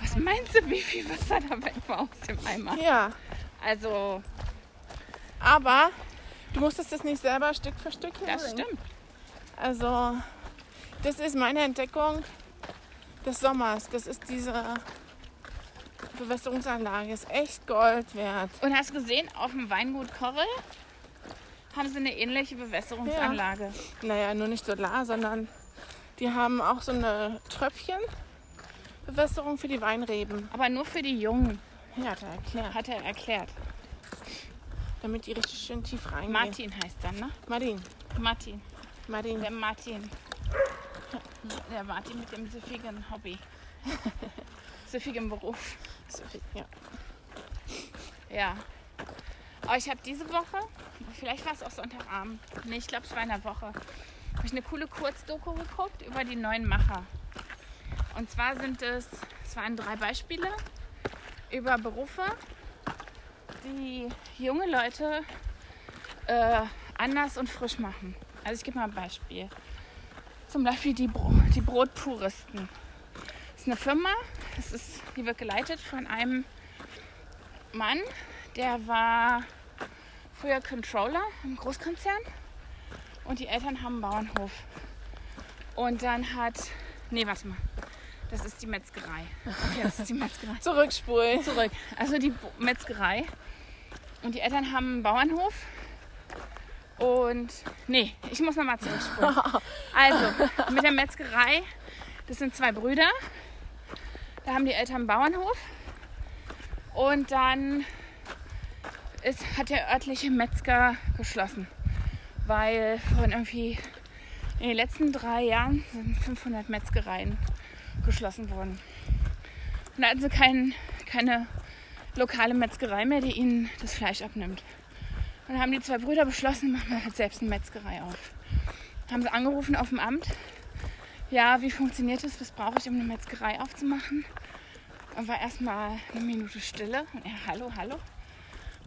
[SPEAKER 1] Was meinst du, wie viel Wasser da weg war aus dem Eimer?
[SPEAKER 2] Ja,
[SPEAKER 1] Also,
[SPEAKER 2] aber du musstest das nicht selber Stück für Stück
[SPEAKER 1] das
[SPEAKER 2] hinbringen.
[SPEAKER 1] stimmt.
[SPEAKER 2] Also, das ist meine Entdeckung des Sommers. Das ist diese Bewässerungsanlage. Ist echt Gold wert.
[SPEAKER 1] Und hast gesehen, auf dem Weingut Korrel haben sie eine ähnliche Bewässerungsanlage.
[SPEAKER 2] Naja, nur nicht Solar, sondern die haben auch so eine Tröpfchenbewässerung für die Weinreben.
[SPEAKER 1] Aber nur für die Jungen,
[SPEAKER 2] Ja, da erklärt.
[SPEAKER 1] hat er erklärt.
[SPEAKER 2] Damit die richtig schön tief reingehen.
[SPEAKER 1] Martin heißt er, ne?
[SPEAKER 2] Martin.
[SPEAKER 1] Martin.
[SPEAKER 2] Martin.
[SPEAKER 1] Der Martin. Der Martin mit dem süffigen Hobby. süffigen Beruf.
[SPEAKER 2] Sophie, Ja.
[SPEAKER 1] Ja. Aber ich habe diese Woche, vielleicht war es auch Sonntagabend, nee, ich glaube, es war in der Woche, habe ich eine coole Kurzdoku geguckt über die neuen Macher. Und zwar sind es, es waren drei Beispiele über Berufe, die junge Leute äh, anders und frisch machen. Also ich gebe mal ein Beispiel. Zum Beispiel die, Bro die Brotpuristen. Das ist eine Firma, das ist, die wird geleitet von einem Mann, der war früher Controller im Großkonzern und die Eltern haben einen Bauernhof. Und dann hat. Nee, warte mal. Das ist die Metzgerei. Okay, das ist die Metzgerei.
[SPEAKER 2] Zurückspulen.
[SPEAKER 1] Zurück. Also die Bo- Metzgerei. Und die Eltern haben einen Bauernhof. Und. Nee, ich muss nochmal zurückspulen. Also, mit der Metzgerei, das sind zwei Brüder. Da haben die Eltern einen Bauernhof. Und dann ist, hat der örtliche Metzger geschlossen, weil von irgendwie In den letzten drei Jahren sind 500 Metzgereien geschlossen worden. Und da hatten sie kein, keine lokale Metzgerei mehr, die ihnen das Fleisch abnimmt. Und da haben die zwei Brüder beschlossen, machen wir halt selbst eine Metzgerei auf. Haben sie angerufen auf dem Amt. Ja, wie funktioniert das? Was brauche ich, um eine Metzgerei aufzumachen? Und war erstmal eine Minute Stille und er, hallo, hallo.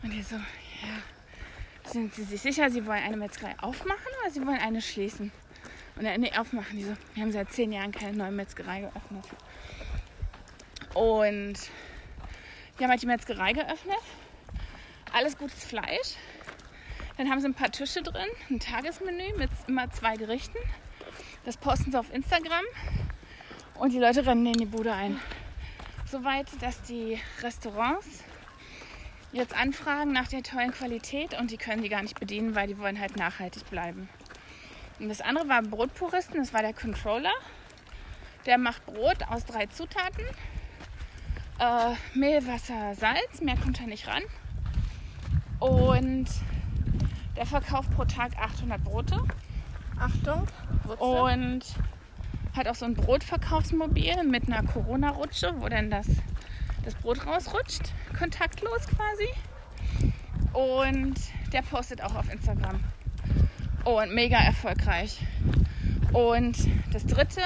[SPEAKER 1] Und die so, ja, sind Sie sich sicher, Sie wollen eine Metzgerei aufmachen oder Sie wollen eine schließen? Und er, nee, aufmachen. Die so, wir haben seit zehn Jahren keine neue Metzgerei geöffnet. Und die haben halt die Metzgerei geöffnet. Alles gutes Fleisch. Dann haben sie ein paar Tische drin, ein Tagesmenü mit immer zwei Gerichten. Das posten sie auf Instagram. Und die Leute rennen in die Bude ein. Soweit, dass die Restaurants jetzt anfragen nach der tollen Qualität und die können die gar nicht bedienen, weil die wollen halt nachhaltig bleiben. Und das andere war Brotpuristen, das war der Controller. Der macht Brot aus drei Zutaten. Äh, Mehl, Wasser, Salz, mehr kommt da nicht ran. Und der verkauft pro Tag 800 Brote
[SPEAKER 2] Achtung. Oh, Wurzel.
[SPEAKER 1] und hat auch so ein Brotverkaufsmobil mit einer Corona-Rutsche, wo dann das, das Brot rausrutscht, kontaktlos quasi. Und der postet auch auf Instagram. Oh, Und mega erfolgreich. Und das dritte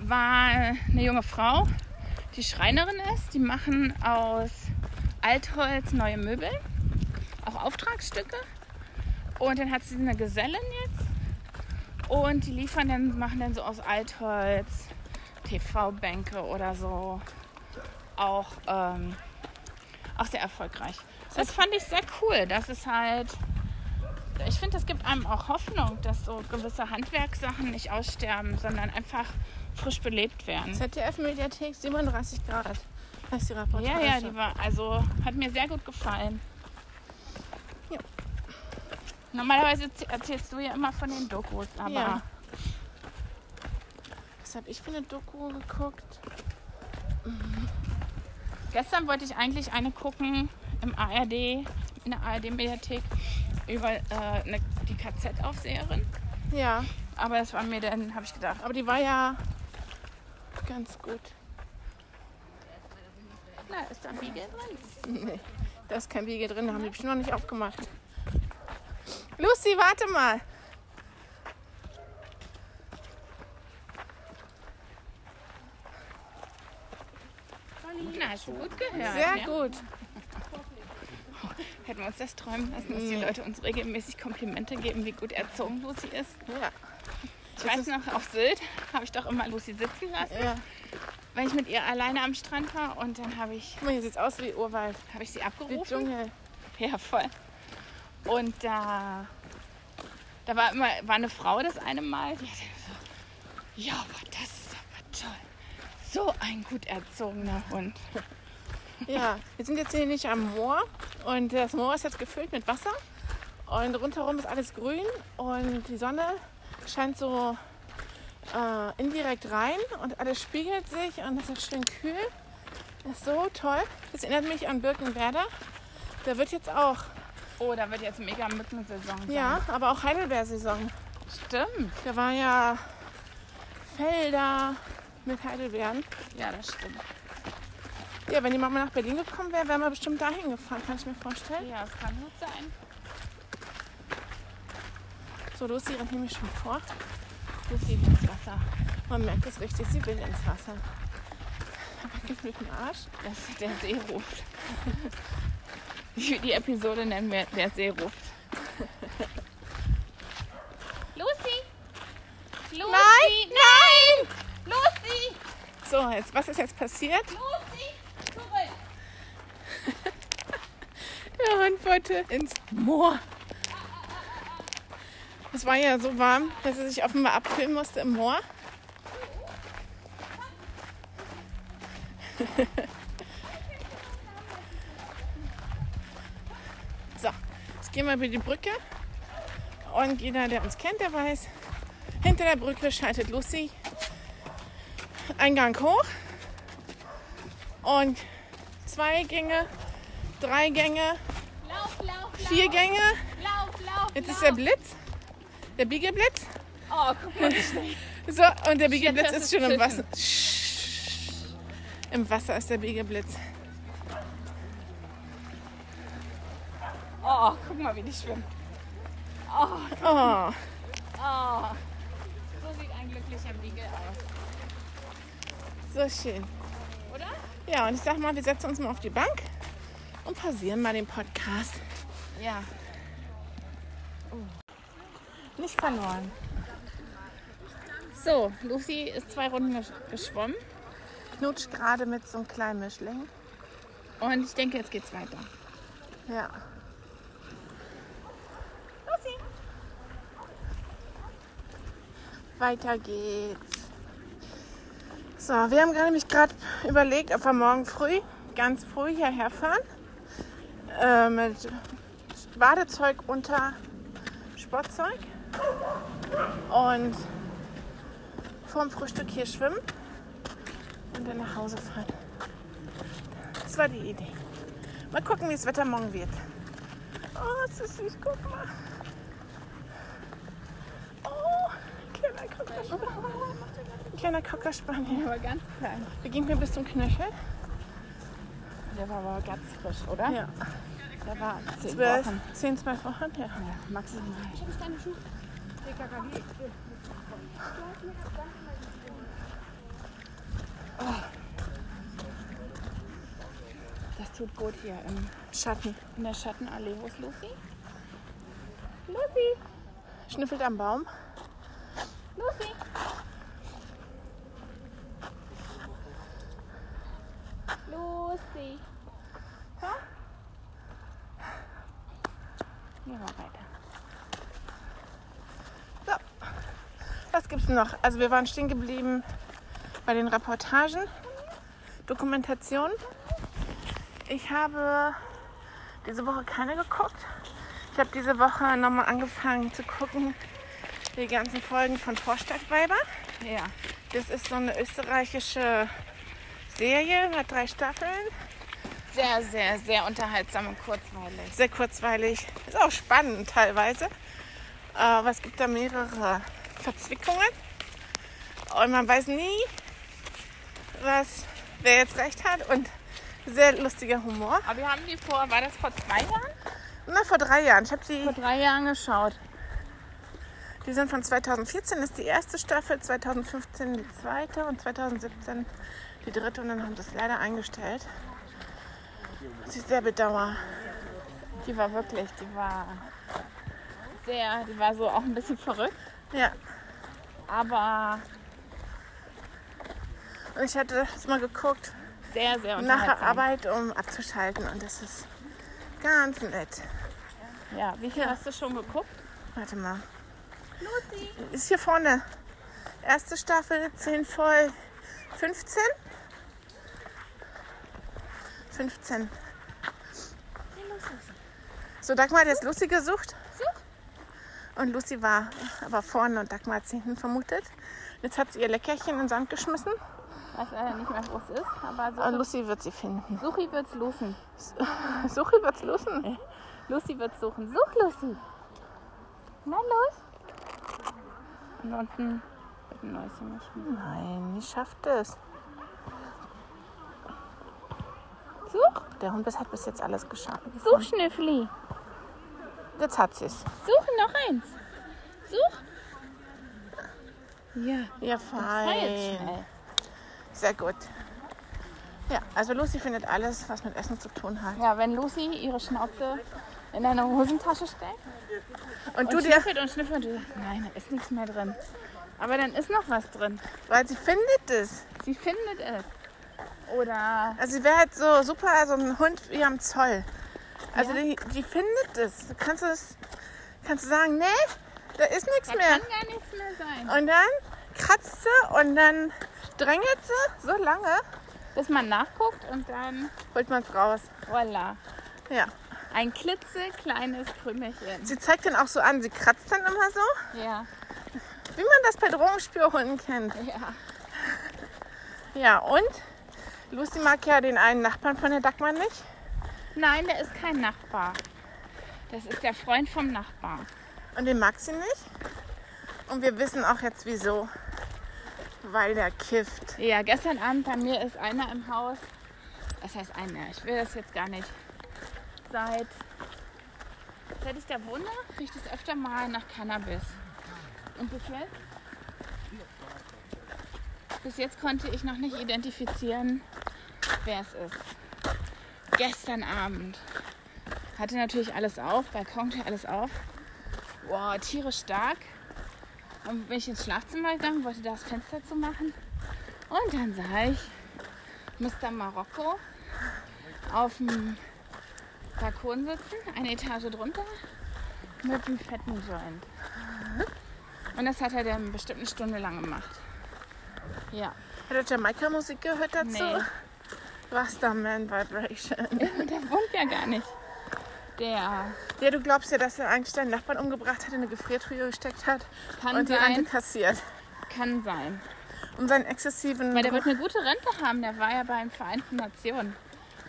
[SPEAKER 1] war eine junge Frau, die Schreinerin ist. Die machen aus Altholz neue Möbel, auch Auftragsstücke. Und dann hat sie eine Gesellin jetzt. Und die liefern dann, machen dann so aus Altholz TV-Bänke oder so. Auch, ähm, auch sehr erfolgreich. Das fand ich sehr cool. Das ist halt. Ich finde, das gibt einem auch Hoffnung, dass so gewisse Handwerkssachen nicht aussterben, sondern einfach frisch belebt werden.
[SPEAKER 2] ZDF-Mediathek 37 Grad. Heißt die Reportage.
[SPEAKER 1] Ja, ja, die war, also hat mir sehr gut gefallen.
[SPEAKER 2] Ja.
[SPEAKER 1] Normalerweise erzählst du ja immer von den Dokus, aber
[SPEAKER 2] Ja. Was habe ich für eine Doku geguckt?
[SPEAKER 1] Gestern wollte ich eigentlich eine gucken im ARD, in der ARD-Mediathek über äh, eine, die KZ-Aufseherin.
[SPEAKER 2] Ja,
[SPEAKER 1] Aber das war mir dann, habe ich gedacht,
[SPEAKER 2] aber die war ja ganz gut.
[SPEAKER 1] na, ist da Biegel drin?
[SPEAKER 2] Nee, da ist kein Biegel drin, da haben die bestimmt noch nicht aufgemacht. Lucy, warte mal.
[SPEAKER 1] Na, hast du gut gehört.
[SPEAKER 2] Sehr
[SPEAKER 1] ja?
[SPEAKER 2] gut.
[SPEAKER 1] Hätten wir uns das träumen lassen, dass die Leute uns regelmäßig Komplimente geben, wie gut erzogen Lucy ist.
[SPEAKER 2] Ja.
[SPEAKER 1] Ich weiß noch, auf Sylt habe ich doch immer Lucy sitzen lassen,
[SPEAKER 2] ja.
[SPEAKER 1] wenn ich mit ihr alleine am Strand war. Und dann habe ich,
[SPEAKER 2] Guck mal, hier sieht aus wie Urwald.
[SPEAKER 1] habe ich sie
[SPEAKER 2] Wie
[SPEAKER 1] abgerufen.
[SPEAKER 2] Dschungel.
[SPEAKER 1] Ja, voll. Und äh, da, da war, immer, war eine Frau das eine Mal, die hat so, ja, aber das ist aber toll. So ein gut erzogener Hund.
[SPEAKER 2] Ja, wir sind jetzt hier nicht am Moor und das Moor ist jetzt gefüllt mit Wasser und rundherum ist alles grün und die Sonne scheint so äh, indirekt rein und alles spiegelt sich und es ist schön kühl. Das ist so toll. Das erinnert mich an Birkenwerder. Da wird jetzt auch,
[SPEAKER 1] Oh, da wird jetzt mega Mückensaison sein.
[SPEAKER 2] ja, aber auch Heidelbeersaison.
[SPEAKER 1] Stimmt.
[SPEAKER 2] Da war ja Felder mit Heidelbeeren.
[SPEAKER 1] Ja, das stimmt.
[SPEAKER 2] Ja, wenn die Mama nach Berlin gekommen wäre, wären wir bestimmt dahin gefahren, kann ich mir vorstellen.
[SPEAKER 1] Ja, es kann gut sein.
[SPEAKER 2] So, Lucy rennt nämlich schon vor.
[SPEAKER 1] Lucy will ins Wasser.
[SPEAKER 2] Man merkt es richtig, sie will ins Wasser. Aber gibt mit dem Arsch.
[SPEAKER 1] Das, der See ruft. Ich will die Episode nennen wir Der See ruft. Lucy! Lucy! Nein! Lucy!
[SPEAKER 2] So, jetzt, was ist jetzt passiert?
[SPEAKER 1] Lucy! Zurück!
[SPEAKER 2] Der Hund wollte ins Moor. Es war ja so warm, dass er sich offenbar abkühlen musste im Moor. so, jetzt gehen wir über die Brücke. Und jeder, der uns kennt, der weiß, hinter der Brücke schaltet Lucy Eingang hoch. Und zwei Gänge, drei Gänge,
[SPEAKER 1] Lauf, lauf, lauf!
[SPEAKER 2] vier Gänge.
[SPEAKER 1] Lauf, lauf,
[SPEAKER 2] Jetzt
[SPEAKER 1] lauf.
[SPEAKER 2] ist der Blitz, der Biegeblitz.
[SPEAKER 1] Oh, guck mal, wie schnell.
[SPEAKER 2] So, und der Biegeblitz
[SPEAKER 1] das
[SPEAKER 2] ist
[SPEAKER 1] ist
[SPEAKER 2] schon im
[SPEAKER 1] Pfiffen.
[SPEAKER 2] Wasser. Im Wasser ist der Biegeblitz.
[SPEAKER 1] Oh, guck mal, wie die schwimmt. Oh,
[SPEAKER 2] Oh,
[SPEAKER 1] oh. So sieht ein glücklicher Beagle aus,
[SPEAKER 2] so schön.
[SPEAKER 1] oder?
[SPEAKER 2] Ja, und ich sag mal, wir setzen uns mal auf die Bank und pausieren mal den Podcast.
[SPEAKER 1] Ja. Nicht verloren. So, Lucy ist zwei Runden gesch- geschwommen
[SPEAKER 2] Knutscht gerade mit so einem kleinen Mischling.
[SPEAKER 1] und ich denke, jetzt geht's weiter.
[SPEAKER 2] Ja.
[SPEAKER 1] Lucy!
[SPEAKER 2] Weiter geht's. So, wir haben gerade nämlich gerade überlegt, ob wir morgen früh, ganz früh hierher fahren. Äh, mit Badezeug unter Sportzeug. Und vorm Frühstück hier schwimmen. Und dann nach Hause fahren. Das war die Idee. Mal gucken, wie das Wetter morgen wird. Oh, es ist süß, guck mal. Oh, kleiner Kockerspaniel. Kleiner Kockerspaniel.
[SPEAKER 1] Der war ganz klein.
[SPEAKER 2] Der ging mir bis zum Knöchel.
[SPEAKER 1] Der war aber ganz frisch, oder?
[SPEAKER 2] Ja.
[SPEAKER 1] Der war zehn
[SPEAKER 2] Zwölf,
[SPEAKER 1] Wochen.
[SPEAKER 2] zehn, zwölf Wochen, ja.
[SPEAKER 1] Ja, maximal. Das tut gut hier im,
[SPEAKER 2] Schatten.
[SPEAKER 1] in der Schattenallee. Wo ist Lucy?
[SPEAKER 2] Lucy. Schnüffelt am Baum.
[SPEAKER 1] Lucy! Lucy! Gehen wir weiter.
[SPEAKER 2] Was gibt's noch? Also wir waren stehen geblieben bei den Reportagen, Dokumentationen. Ich habe diese Woche keine geguckt. Ich habe diese Woche nochmal angefangen zu gucken, die ganzen Folgen von Vorstadtweiber.
[SPEAKER 1] Ja.
[SPEAKER 2] Das ist so eine österreichische Serie, hat drei Staffeln.
[SPEAKER 1] Sehr, sehr, sehr unterhaltsam und kurzweilig.
[SPEAKER 2] sehr kurzweilig. Ist auch spannend teilweise. Aber es gibt da mehrere Verzwickungen. Und man weiß nie, was, wer jetzt recht hat. Und sehr lustiger Humor.
[SPEAKER 1] Aber wir haben die vor, war das vor zwei Jahren?
[SPEAKER 2] Na, vor drei Jahren. Ich habe die,
[SPEAKER 1] drei Jahren geschaut.
[SPEAKER 2] die sind von 2014, ist die erste Staffel, 2015 die zweite und 2017 die dritte. Und dann haben sie es leider eingestellt. Was ich sehr bedauere.
[SPEAKER 1] Die war wirklich, die war sehr, die war so auch ein bisschen verrückt,
[SPEAKER 2] Ja.
[SPEAKER 1] aber
[SPEAKER 2] Und ich hatte das mal geguckt.
[SPEAKER 1] sehr, sehr
[SPEAKER 2] nach der
[SPEAKER 1] unterhaltsam.
[SPEAKER 2] Arbeit, um abzuschalten. Und das ist ganz nett.
[SPEAKER 1] Ja, wie viel hast du schon geguckt?
[SPEAKER 2] Warte mal. Ist hier vorne. Erste Staffel, 10 voll, 15. 15. So, Dagmar hat jetzt Lucy gesucht. Und Lucy war aber vorne und Dagmar hat sie hinten vermutet. Jetzt hat sie ihr Leckerchen in den Sand geschmissen
[SPEAKER 1] Weiß leider nicht mehr, wo es ist, aber
[SPEAKER 2] und
[SPEAKER 1] Suchi,
[SPEAKER 2] Lucy wird sie finden.
[SPEAKER 1] Suchi wird's losen.
[SPEAKER 2] Suche wird's Lucy.
[SPEAKER 1] Lucy wird's suchen. Such Lucy! Na los! Ansonsten wird ein neues geschmissen.
[SPEAKER 2] Nein, die schafft es.
[SPEAKER 1] Such!
[SPEAKER 2] Der Hund hat bis jetzt alles geschafft.
[SPEAKER 1] Such Schnüffli!
[SPEAKER 2] Jetzt hat sie es.
[SPEAKER 1] Such noch eins! Such! Ja,
[SPEAKER 2] Ja,
[SPEAKER 1] sei jetzt
[SPEAKER 2] fein.
[SPEAKER 1] schnell.
[SPEAKER 2] Sehr gut. Ja, also Lucy findet alles, was mit Essen zu tun hat.
[SPEAKER 1] Ja, wenn Lucy ihre Schnauze in deine Hosentasche steckt
[SPEAKER 2] Und
[SPEAKER 1] und
[SPEAKER 2] du dir,
[SPEAKER 1] schnüffelt und schnüffelt und du sagst, nein, da ist nichts mehr drin. Aber dann ist noch was drin.
[SPEAKER 2] weil sie findet es.
[SPEAKER 1] Sie findet es. Oder
[SPEAKER 2] Also sie wäre halt so super, so ein Hund wie am Zoll. Also
[SPEAKER 1] Ja.
[SPEAKER 2] die, die findet es. Du kannst es, kannst du sagen, nee, da ist nichts
[SPEAKER 1] da
[SPEAKER 2] mehr.
[SPEAKER 1] kann gar nichts mehr sein.
[SPEAKER 2] Und dann kratzt sie und dann drängelt sie so lange,
[SPEAKER 1] Bis man nachguckt und dann,
[SPEAKER 2] holt man es raus.
[SPEAKER 1] voilà,
[SPEAKER 2] Ja.
[SPEAKER 1] ein klitzekleines Krümelchen.
[SPEAKER 2] Sie zeigt dann auch so an, sie kratzt dann immer so.
[SPEAKER 1] Ja,
[SPEAKER 2] Wie man das bei Drogenspürhunden kennt.
[SPEAKER 1] ja.
[SPEAKER 2] Ja, und Lucy mag ja den einen Nachbarn von der Dagmar nicht.
[SPEAKER 1] Nein, der ist kein Nachbar. Das ist der Freund vom Nachbar.
[SPEAKER 2] Und den mag sie nicht. Und wir wissen auch jetzt wieso. Weil der kifft.
[SPEAKER 1] Ja, gestern Abend bei mir ist einer im Haus. Was heißt einer? Ich will das jetzt gar nicht. Seit, seit ich da wohne, riecht es öfter mal nach Cannabis. Und bis jetzt? Bis jetzt konnte ich noch nicht identifizieren, wer es ist. Gestern Abend hatte natürlich alles auf, Balkontür alles auf. Wow, Tiere stark. Und bin ich ins Schlafzimmer gegangen, wollte das Fenster zu machen. Und dann sah ich Mr. Marokko auf dem Balkon sitzen, eine Etage drunter, mit einem fetten Joint. Und das hat er dann bestimmt eine Stunde lang gemacht. Ja.
[SPEAKER 2] Hat er Jamaika-Musik gehört dazu?
[SPEAKER 1] Nee.
[SPEAKER 2] Rasta Man Vibration.
[SPEAKER 1] Und der wohnt ja gar nicht. Der
[SPEAKER 2] Ja, du glaubst ja, dass er eigentlich deinen Nachbarn umgebracht hat, in eine Gefriertruhe gesteckt hat
[SPEAKER 1] kann
[SPEAKER 2] und die Rente
[SPEAKER 1] sein.
[SPEAKER 2] kassiert.
[SPEAKER 1] Kann sein.
[SPEAKER 2] Um seinen exzessiven.
[SPEAKER 1] Weil der wird eine gute Rente haben. Der war ja bei den Vereinten Nationen,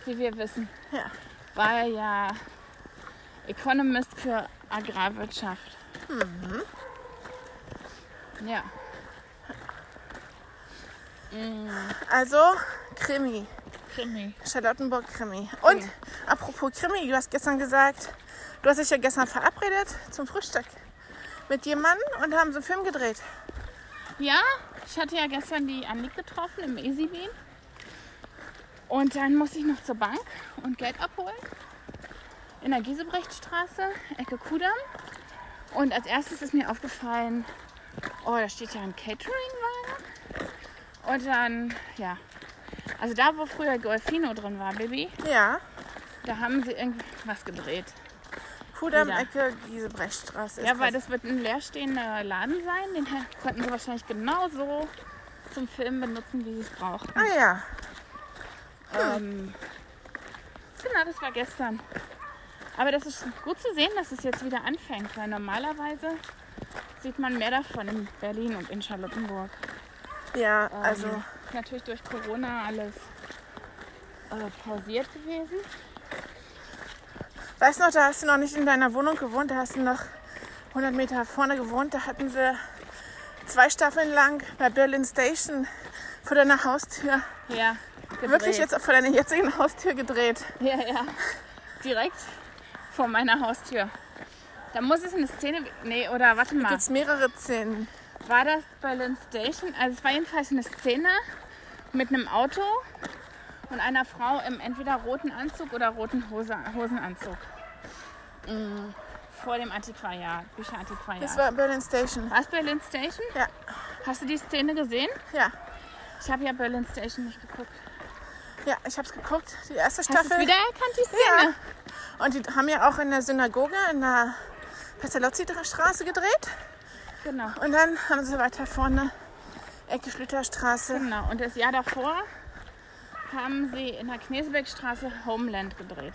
[SPEAKER 1] wie wir wissen.
[SPEAKER 2] Ja.
[SPEAKER 1] War er ja Economist für Agrarwirtschaft. Ja.
[SPEAKER 2] also, Krimi.
[SPEAKER 1] Krimi.
[SPEAKER 2] Charlottenburg-Krimi. Und apropos Krimi, du hast gestern gesagt, du hast dich ja gestern verabredet zum Frühstück mit jemandem und haben so einen Film gedreht.
[SPEAKER 1] Ja, ich hatte ja gestern die Annik getroffen im Easybeam. Und dann musste ich noch zur Bank und Geld abholen. In der Giesebrechtstraße, Ecke Kudamm. Und als erstes ist mir aufgefallen, oh, da steht ja ein Cateringwagen. Und dann, ja. Also da, wo früher Golfino drin war, Baby,
[SPEAKER 2] Ja.
[SPEAKER 1] da haben sie irgendwas gedreht.
[SPEAKER 2] Kudamm,
[SPEAKER 1] Ja.
[SPEAKER 2] Ecke, Giesebrechtstraße. ist
[SPEAKER 1] Ja, weil
[SPEAKER 2] das-
[SPEAKER 1] das wird ein leerstehender Laden sein. Den konnten sie wahrscheinlich genauso zum Filmen benutzen, wie sie es brauchten.
[SPEAKER 2] Ah ja.
[SPEAKER 1] Ähm, genau, das war gestern. Aber das ist gut zu sehen, dass es jetzt wieder anfängt, weil normalerweise sieht man mehr davon in Berlin und in Charlottenburg.
[SPEAKER 2] Ja,
[SPEAKER 1] Ähm,
[SPEAKER 2] also.
[SPEAKER 1] ist natürlich durch Corona alles äh, pausiert gewesen.
[SPEAKER 2] Weißt noch, da hast du noch nicht in deiner Wohnung gewohnt, da hast du noch 100 Meter vorne gewohnt. Da hatten sie zwei Staffeln lang bei Berlin Station vor deiner Haustür,
[SPEAKER 1] Ja, gedreht.
[SPEAKER 2] wirklich jetzt vor deiner jetzigen Haustür gedreht.
[SPEAKER 1] Ja, ja. Direkt vor meiner Haustür. Da muss es eine Szene. Nee, oder warte mal.
[SPEAKER 2] Gibt's mehrere Szenen.
[SPEAKER 1] war das Berlin Station. Also es war jedenfalls eine Szene mit einem Auto und einer Frau im entweder roten Anzug oder roten Hose, Hosenanzug. Mm, Vor dem Antiquariat, Bücherantiquariat.
[SPEAKER 2] Das war Berlin Station.
[SPEAKER 1] war es Berlin Station?
[SPEAKER 2] Ja,
[SPEAKER 1] Hast du die Szene gesehen?
[SPEAKER 2] ja,
[SPEAKER 1] Ich habe ja Berlin Station nicht geguckt.
[SPEAKER 2] ja, ich hab's geguckt, die erste
[SPEAKER 1] Hast du
[SPEAKER 2] Staffel.
[SPEAKER 1] es wiedererkannt, die Szene?
[SPEAKER 2] Und die haben ja auch in der Synagoge in der Pestalozzi-Straße gedreht.
[SPEAKER 1] Genau.
[SPEAKER 2] Und dann haben sie weiter vorne Ecke Schlüterstraße.
[SPEAKER 1] Genau. Und das Jahr davor haben sie in der Knesebeckstraße Homeland gedreht.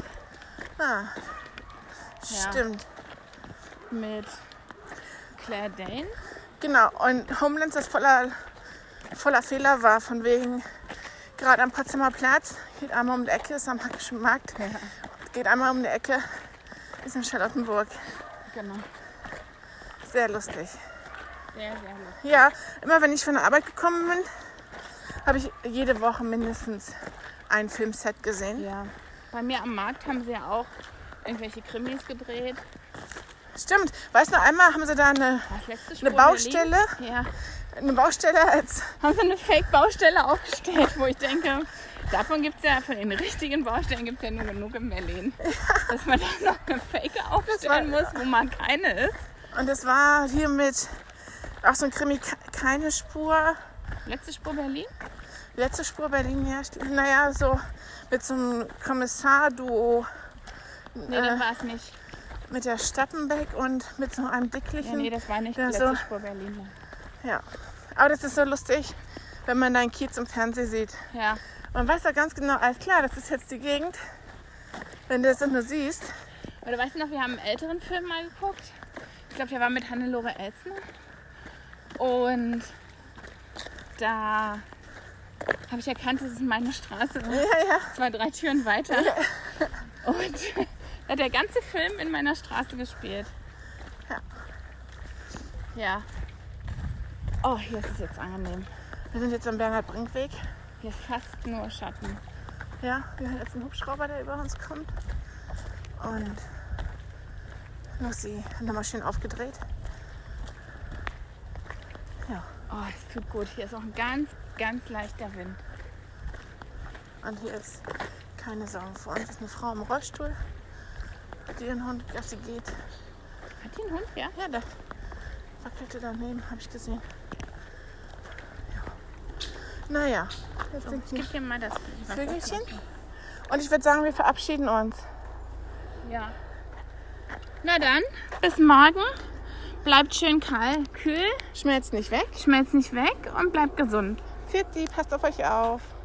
[SPEAKER 2] Ah,
[SPEAKER 1] Ja.
[SPEAKER 2] stimmt.
[SPEAKER 1] Mit Claire Danes.
[SPEAKER 2] Genau, und Homelands, das voller, voller Fehler war, von wegen, gerade am Potsdamer Platz, geht einmal um die Ecke, ist am Hackischen Markt, geht einmal um die Ecke, ist in Charlottenburg.
[SPEAKER 1] Genau.
[SPEAKER 2] Sehr lustig.
[SPEAKER 1] Sehr, sehr lustig.
[SPEAKER 2] Ja, immer wenn ich von der Arbeit gekommen bin, habe ich jede Woche mindestens ein Filmset gesehen.
[SPEAKER 1] Ja, bei mir am Markt haben sie ja auch irgendwelche Krimis gedreht.
[SPEAKER 2] Stimmt, weißt du, einmal haben sie da eine,
[SPEAKER 1] Das letzte Spur
[SPEAKER 2] eine Baustelle,
[SPEAKER 1] der Liebe. Ja,
[SPEAKER 2] eine Baustelle als,
[SPEAKER 1] haben sie eine Fake-Baustelle aufgestellt, wo ich denke, davon gibt es ja, von den richtigen Baustellen gibt es ja nur genug in Berlin. Dass man dann noch eine Fake aufstellen
[SPEAKER 2] war-
[SPEAKER 1] muss, wo man keine ist.
[SPEAKER 2] und das war hier mit, auch so ein Krimi, ke- keine Spur,
[SPEAKER 1] Letzte Spur Berlin?
[SPEAKER 2] letzte Spur Berlin herrscht. Naja, so mit so einem Kommissar-Duo Äh.
[SPEAKER 1] Nee, das war es nicht.
[SPEAKER 2] mit der Stappenbeck und mit so einem dicklichen.
[SPEAKER 1] Ja, nee, das war nicht die
[SPEAKER 2] Ja,
[SPEAKER 1] letzte
[SPEAKER 2] so.
[SPEAKER 1] Spur Berlin.
[SPEAKER 2] ja. Aber das ist so lustig, wenn man deinen Kiez im Fernsehen sieht.
[SPEAKER 1] Ja,
[SPEAKER 2] Man weiß ja ganz genau, alles klar, das ist jetzt die Gegend. Wenn du das nur siehst.
[SPEAKER 1] Oder weißt du noch, wir haben einen älteren Film mal geguckt. Ich glaube, der war mit Hannelore Elsner. Und da habe ich erkannt, das ist meine Straße.
[SPEAKER 2] Ja, ja.
[SPEAKER 1] Das war drei Türen weiter. Und da hat der ganze Film in meiner Straße gespielt.
[SPEAKER 2] Ja.
[SPEAKER 1] Ja.
[SPEAKER 2] Oh, hier ist es jetzt angenehm. Wir sind jetzt am Bernhard Brinkweg.
[SPEAKER 1] Hier ist fast nur Schatten.
[SPEAKER 2] Ja, wir haben jetzt einen Hubschrauber, der über uns kommt. Und Lucy hat nochmal schön aufgedreht.
[SPEAKER 1] Oh, es tut gut. Hier ist auch ein ganz, ganz leichter Wind.
[SPEAKER 2] Und hier ist keine Sorgen vor uns. ist eine Frau im Rollstuhl, die ihren Hund Gassi geht.
[SPEAKER 1] Hat die einen Hund? Ja.
[SPEAKER 2] Ja, da wackelte daneben, habe ich gesehen. Ja. Naja, jetzt sind
[SPEAKER 1] Ich
[SPEAKER 2] die
[SPEAKER 1] gebe dir mal das Wasser.
[SPEAKER 2] Vögelchen. Und ich würde sagen, wir verabschieden uns.
[SPEAKER 1] Ja. Na dann, bis morgen. Bleibt schön kalt, kühl,
[SPEAKER 2] Schmelzt nicht weg.
[SPEAKER 1] schmelzt nicht weg und bleibt gesund.
[SPEAKER 2] Pfiat die, passt auf euch auf.